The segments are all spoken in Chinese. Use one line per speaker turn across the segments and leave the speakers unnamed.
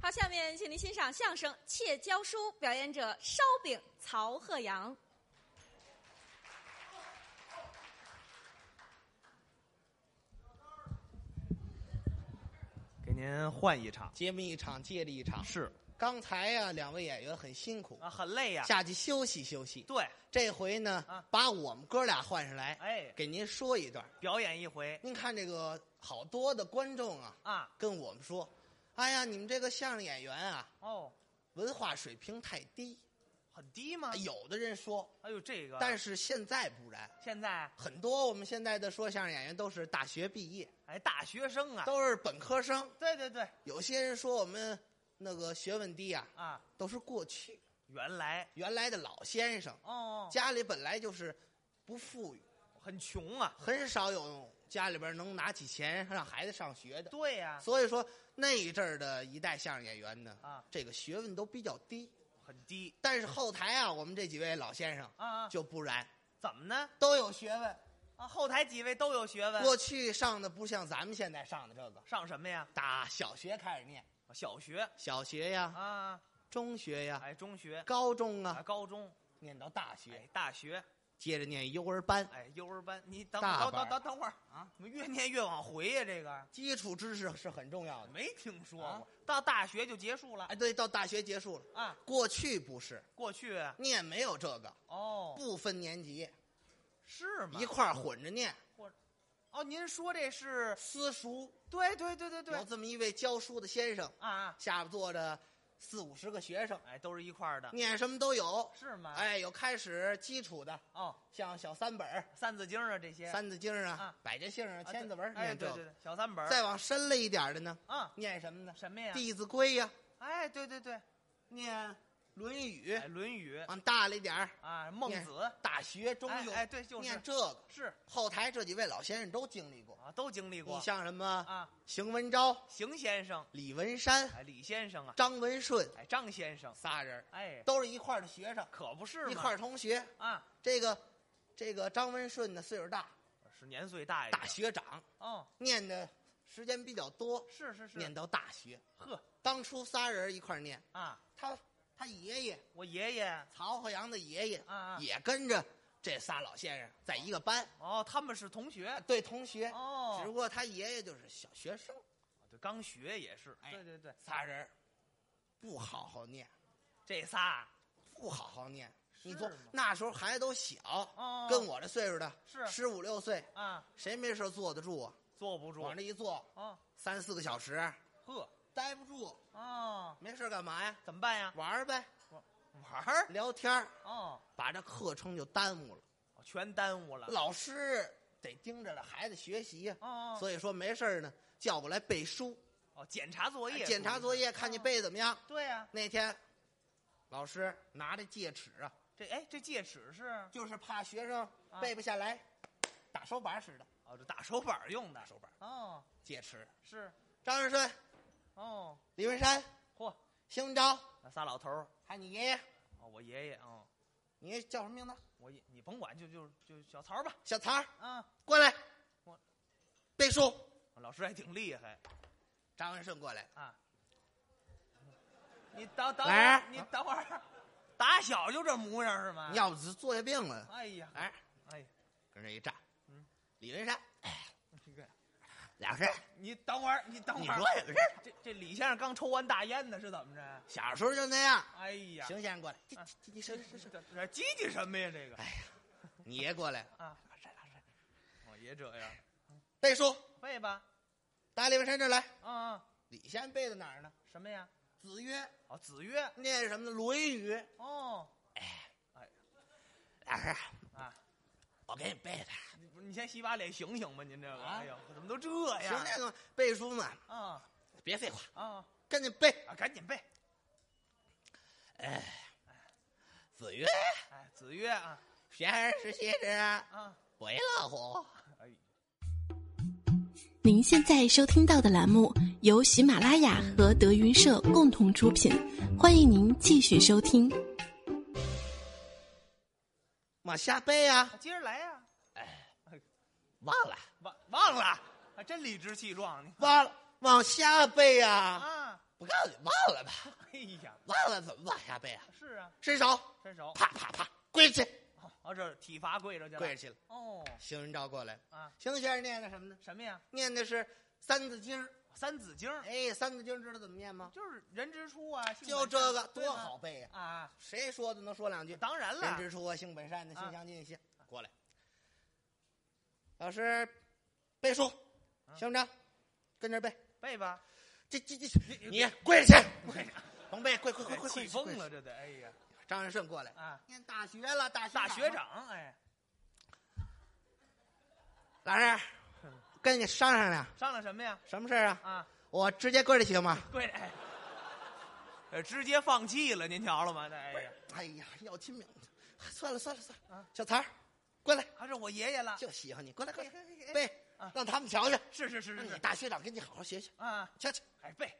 好，下面请您欣赏相声《窃教书》，表演者烧饼曹鹤阳。
给您换一场，
节目一场接着一场。
是
刚才呀、两位演员很辛苦，
啊，很累呀、
下去休息休息。
对，
这回呢，
啊
把我们哥俩换上来，
哎
给您说一段。
表演一回
您看这个好多的观众啊，
啊，
跟我们说：“哎呀，你们这个相声演员啊，
哦，
文化水平太低。
很低吗？
有的人说，
哎呦，这个，
哎但
啊是
是现在不然，
现在
很多我们现在的说相声演员都是大学毕业，
哎，大学生啊，
都是本科生。
对对对
有些人说我们那个学问低啊，
啊，
都是过去
原来
原来的老先生，
哦，
家里本来就是不富裕，
很穷啊，
很少有家里边能拿起钱让孩子上学的。
对呀、
所以说那一阵儿的一代相声演员呢，
啊
这个学问都比较低。
很低
但是后台啊，我们这几位老先生
啊啊，
就不然，
怎么呢？
都有学问。
啊，后台几位都有学问，
过去上的不像咱们现在上的这个，
上什么呀？啊
打小学开始念，
小学
小学呀，
啊，
中学呀，
哎，中学
高中
啊，
啊，
高中
念到大
哎
学，，
大学
接着念幼儿班，
哎，幼儿班，你等
大
等
班
等等等会儿啊，怎么越念越往回呀、这个
基础知识是很重要的。
没听说过，
啊
到大学就结束了。
哎，对，到大学结束了，
啊，
过去不是
过去
念没有这个，
哦，
不分年级，
是吗？
一块儿混着念。
哦，您说这是
私塾
对对对对对
有这么一位教书的先生，
啊，
下边坐着四五十个学生，
哎，都是一块儿的，
念什么都有。
是吗？，
嗯哎，有开始基础的，
哦，
像小三本儿、
《三字经》啊这些，
三字经儿啊
啊、
百家姓儿啊、
啊
千字文儿，
哎，
念这
对对
个。
对，小三本儿
再往深了一点儿的呢，
啊，
念什么呢？
什么呀？
《弟子规》呀，
哎，对对对，
念《论语
哎，《论语》》。
往大了一点儿，
啊，《孟
念
子》
大学》《中
哎
庸》
哎，对，就是
念这个。
是
后台这几位老先生都经历过，
啊，都经历
你
过
像什么
啊，
邢文昭、
邢先生，
李文山、
哎，李先生啊，
张文顺
哎，张先生，
仨人儿，
哎，
都是一块儿的学生，
可不是嘛
一块儿同学。
啊，
这个这个张文顺呢，岁数大，
是年岁大一点，
大学长，
哦，
念的时间比较多，
是是
念
是，
到大学。
呵
当初仨人一块儿念，
啊，
他他爷爷
我爷爷
曹鹤阳的爷爷
啊啊，
也跟着这仨老先生在一个班，
哦，他们是同学，
对同学，
哦
只不过他爷爷就是小学生，
啊对，刚学也是，
哎
对对对，
仨人儿不好好念，
这仨
不好好念。你
是
说
吗
那时候孩子都小，
哦
跟我这岁数的，
是
十五六岁，
啊，
谁没事坐得住啊？
坐不住
往这一坐
啊，
三四个小时，
呵
待不住，
啊，
没事干嘛呀？
怎么办呀？
玩儿呗，
玩儿
聊天儿
哦，
把这课程就耽误了。
全耽误了，
老师得盯着了孩子学习呀、
哦哦
所以说没事儿呢，叫过来背书，
哦，检查作业，哦
检查作业，看你背得怎么样。
对呀，
那天，老师拿着戒尺啊，
这哎这戒尺是
就是怕学生
啊
背不下来，打手板似的
哦，这打手板儿用的
打，手板
哦，
戒尺。
是
张仁顺、
哦，
李文山、
嚯，
邢文昭，
那仨老头儿，
还有你爷爷，
哦，我爷爷啊，
你叫什么名字？
我爷你甭管，就就就小曹儿吧，
小曹儿，
啊，
过来
我，
背书。
老师还挺厉害
张文顺过来，
啊。你等等会
来
儿，你等会儿，打小就这模样是吗？
哎你要不是坐下病了，
哎呀，
哎，
哎，
跟这一站
嗯，
李文山，
这个
老师，
你等会儿，你等
你
会儿，
说什么事儿？
这这李先生刚抽完大烟呢，是怎么着？啊
小时候就那样。
哎呀，
邢先生过来，
啊
你你
这
是
这
是是，
这这叽叽什么呀？这个
哎你爷过来
啊，是是，我爷这样，
背书，
背吧，
打李文山这儿来。
啊，啊
李先背的哪儿呢？
什么呀？
子曰
哦，子曰，
念什么呢？《论语》。
哦，
老师，
啊，
我给你背的。
你不是你先洗把脸醒醒吧，您这个，
啊
哎呦，怎么都这
行，
样？
那个背书嘛，
啊
别废话，
啊
赶紧背。
啊，赶紧背，
子曰：
哎，子曰啊
学而时习之，
啊，
不亦乐乎。
哎。
您现在收听到的栏目由喜马拉雅和德云社共同出品，欢迎您继续收听。
往下背啊
啊，接着来呀、
忘了，
忘忘了，还真理直气壮你
忘了，往下背啊。
啊！
不告诉你，忘了吧，
哎呀，
忘了怎么往下背啊？
是啊，
伸手，
伸手，
啪啪啪，跪下去，
哦，哦这体罚跪着去了，
跪下去了。
哦
邢云昭过来了，
啊，
邢先生念的什么呢？
什么呀？
念的是《三字经》。
三字经儿
哎，《三字经》知道怎么念吗？
就是人之初啊，性
就
本
这
善
个
对
多
吗
好背呀、
啊！
谁说的能说两句？
当然
人
了，
之初啊，性本善的，
啊
性相近些。过来，老师背书，
啊
行不着？跟着背。
背 吧，
这这这，你跪下去，甭背，跪跪跪跪，
哎气
跪
疯。了，这得哎呀
跪张仁顺过来，
啊！
念大学了，大学
大学
长。
长哎，
老师，
嗯
跟你商量量，
商量什么呀？
什么事儿啊？
啊，
我直接跪着行吗？
跪着，哎呃，直接放弃了，您瞧了吗？这哎呀，
哎呀，要亲命！算了算了算了
啊，
小曹，过来，
还是我爷爷了，
就喜欢你，过来过来
啊哎哎哎
背
啊，嗯
让他们瞧瞧，
是是是
让
是
你
是
大学长跟你好好学学，
啊，
瞧瞧。
哎背，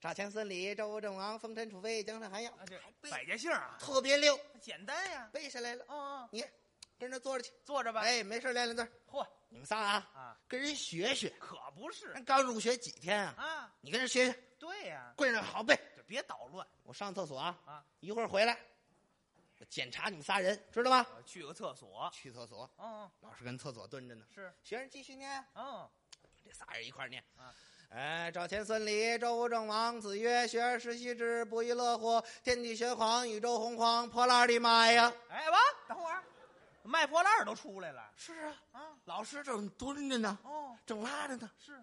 炸前孙李、周吴郑王、封陈楚飞、江山韩耀，
啊这
背
百家姓儿啊，
特别溜，
简单呀，
背下来了。
哦哦，
你跟着坐着去，
坐着吧，
哎，没事练练字儿。
嚯
你们仨啊，
啊，哎
跟人学学。
可不是
人刚入学几天啊，
啊，
你跟人学学，
对呀，
跪着好背。
就别捣乱
我上厕所啊，
啊，
一会儿回来，我检查你们仨人，知道吗？
我呃去个厕所，
去厕所，
哦，
老师跟厕所蹲着呢。
是，
学生继续念，
哦，
这仨人一块儿念
啊。
哎，赵钱孙李周吴郑王子曰：“学而时习之，不亦乐乎？天地玄黄，宇宙洪荒，破烂儿的妈呀！”
哎，哇，等会儿，卖破烂儿都出来了
是啊，
啊，
老师正蹲着呢，
哦，
正拉着呢，
是，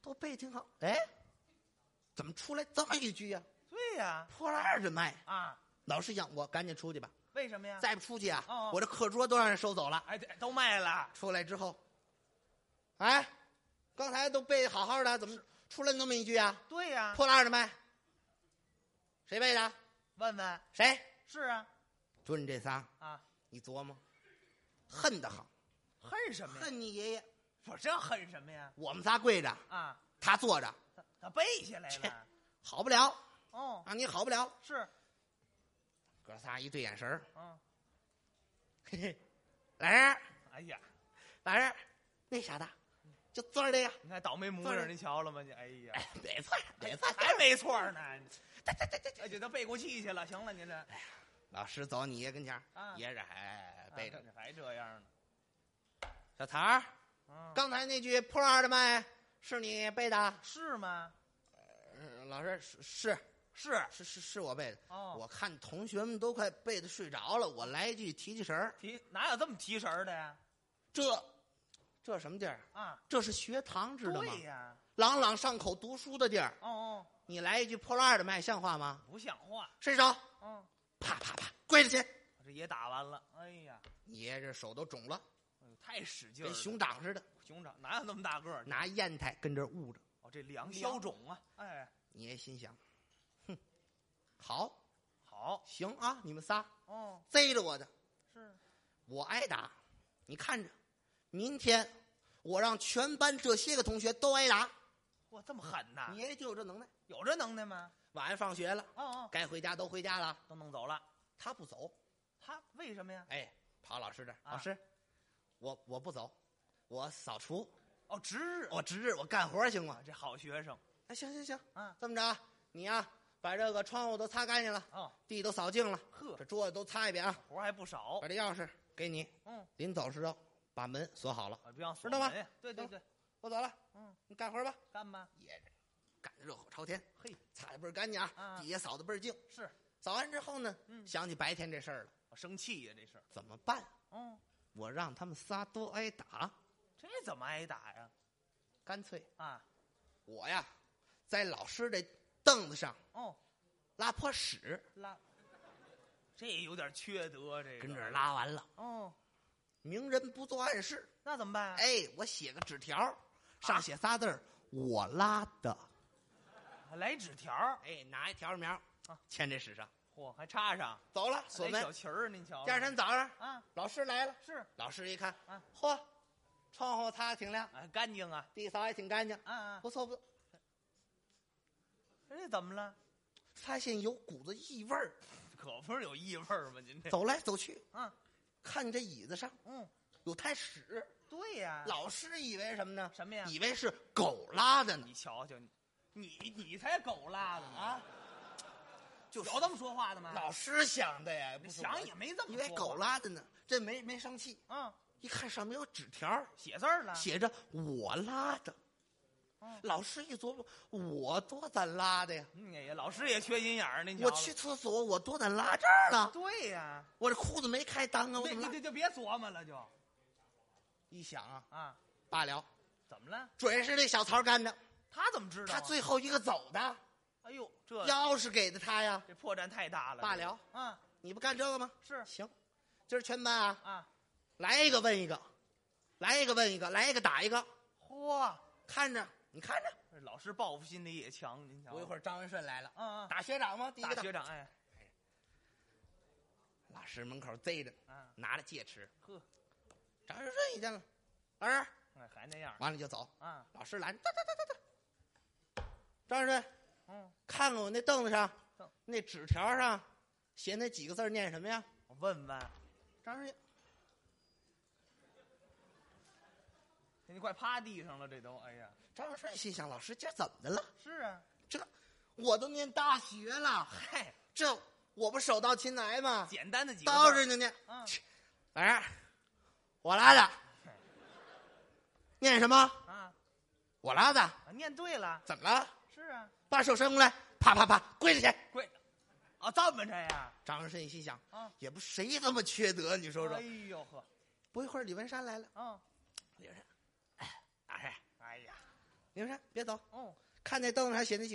都背挺好。哎，怎么出来这么一句呀、
对呀，
破烂儿的卖！
啊，
老师想我赶紧出去吧，
为什么呀？
再不出去啊，
哦哦
我这课桌都让人收走了。
哎，对都卖了，
出来之后，哎，刚才都背好好的，怎么出来那么一句啊？
对呀，
破烂儿的卖！谁背的？
问问，
谁？
是啊，
蹲这仨，
啊，
你琢磨，恨得很，
恨什么呀？
恨你爷爷。
我这恨什么呀？
我们仨跪着，
啊，
他坐着，
他他背下来
切
了，
好不了，
哦，
让你好不了。
是，
哥仨一对眼神儿，
嗯，
嘿嘿，来人，
哎呀，
来人，那傻蛋，就坐着这个，
你看倒霉模
坐
样，
着
您瞧了吗？你哎呀，
哎，没错，没错，
还没错呢，
这这这这这。
哎，这都背过气去了。行了，您这
老师走你爷跟前儿
啊，
爷这还哎背着
啊这还这样呢，
小曹儿，
啊，
刚才那句破烂的卖是你背的？
是吗？
呃老师是是
是，
是是是我背的。
哦，
我看同学们都快背的睡着了，我来一句提提神儿。
提哪有这么提神儿的呀？
这这什么地儿？
啊，
这是学堂，知道吗
对？呀，
朗朗上口读书的地儿，
哦哦，
你来一句破烂的卖，像话吗？
不像话，
伸手，
嗯，
啪啪啪，跪着去。
这也打完了，哎呀，
你爷这手都肿了，
哎呦太使劲儿
跟
了，
熊掌似的，
熊掌哪有那么大个儿？
拿砚台跟这儿捂着。
哦，这凉
凉
消肿啊，哎，
你爷心想：哼，好，
好，
行啊，你们仨
哦，
贼着我的，
是，
我挨打，你看着，明天我让全班这些个同学都挨打。
哇，这么狠呐
你？爷爷就有这能耐。
有这能耐吗？
晚上放学了，
哦哦，
该回家都回家了，
都弄走了。
他不走，
他为什么呀？
哎，跑老师这儿，
啊
老师，我我不走，我扫除，
哦，值日。
我值日，我干活行吗
啊，？这好学生
哎，行行行，
啊。
这么着啊，你呀、把这个窗户都擦干净了，
哦，
地都扫净了，
呵
这，桌子都擦一遍啊，
活儿还不少哎
把。这钥匙给你，
哦嗯，
临走时候把门锁好了，
啊，不让
知道吗
门呀对对对，
我走了，
嗯，
你干活吧。
干吧。
爷这干得热火朝天，
嘿，
擦的倍儿干净啊
啊，
底下扫的倍儿净。
是，
扫完之后呢，
嗯
想起白天这事儿了，
我生气呀，这是。
怎么办？
嗯，
我让他们仨都挨打，
这怎么挨打呀？
干脆
啊，
我呀，在老师这凳子上
哦，
拉泼屎，
拉，这也有点缺德，这个
跟这儿。拉完了，
哦，
明人不做暗事。
那怎么办？，啊
哎，我写个纸条，上写仨字儿，我拉的。
来纸条儿，
哎，拿一条苗
啊，
签这屎上，
嚯，还插上，
走了，锁
来
门
哎小。旗儿，啊您瞧。
第二天早上，
啊，
老师来了，
是，
老师一看
啊，
嚯，窗户擦的挺亮，
哎，干净啊，
地扫也挺干净，
啊啊，
不错不错。
这怎么了？
发现有股子异味儿，
可不是有异味儿吗？您这，
走来走去，
嗯，
看这椅子上
嗯，
有滩屎。
对呀，
老师以为什么呢？
什么呀？
以为是狗拉的呢。
你瞧瞧你，你你才狗拉的呢！
啊，就是
有这么说话的吗？
老师想的呀，不是我
啊想也没这么
以为
说
狗拉的呢，这没没生气，
啊，
一看上面有纸条儿，
写字儿了，
写着我拉的。老师一琢磨，我多咱拉的呀！
嗯哎呀，老师也缺心眼儿，您瞧
我
了
去。厕所，我多咱拉这儿了。
对呀，
我这裤子没开裆啊，我
对，
怎么
你
拉？
就就别琢磨了，就
一想啊，
啊，
罢了，
怎么了？
准是那小曹干的，
他怎么知道啊？
他最后一个走的，
哎呦，这
钥匙给的他呀。
这破绽太大了。
罢
这个
了，
啊，
你不干这个吗？
是
行，今儿全班啊，
啊，
来一个问一个，来一个问一个，来一个打一个，
嚯，
看着你看着。
这老师报复心理也强，您瞧。
不一会
儿，
儿张文顺来了，
啊啊，
打学长吗？第一
大
个
学长，哎，
老师门口贼着，
啊，
拿着戒尺。
呵，
张文顺一见了，老师，
哎还那样儿
完了就走。
啊，
老师拦着，哒哒哒哒哒。张文顺，
嗯，
看看我那凳子上
凳
那纸条上写那几个字儿念什么呀？
我问问，
张文顺，
您快趴地上了，这都，哎呀，
张文顺心想，老师今儿怎么的了？
是啊，
这我都念大学了，
嗨，
这我不手到擒来吗？
简单的几个字儿
叨着呢呢。
啊
老师，我拉的，念什么？
啊，
我拉的，
啊念对了，
怎么了？
是啊，
把手伸过来，啪啪啪，跪下去。
跪，啊，这么着呀，
张文顺心想，
啊，
也不谁这么缺德，你说说
哎。呦呵，
不一会儿，李文山来了，
嗯，
李文山，哎，老师，
哎呀，
李文山，别走，
哦。
看那凳子上写那几个。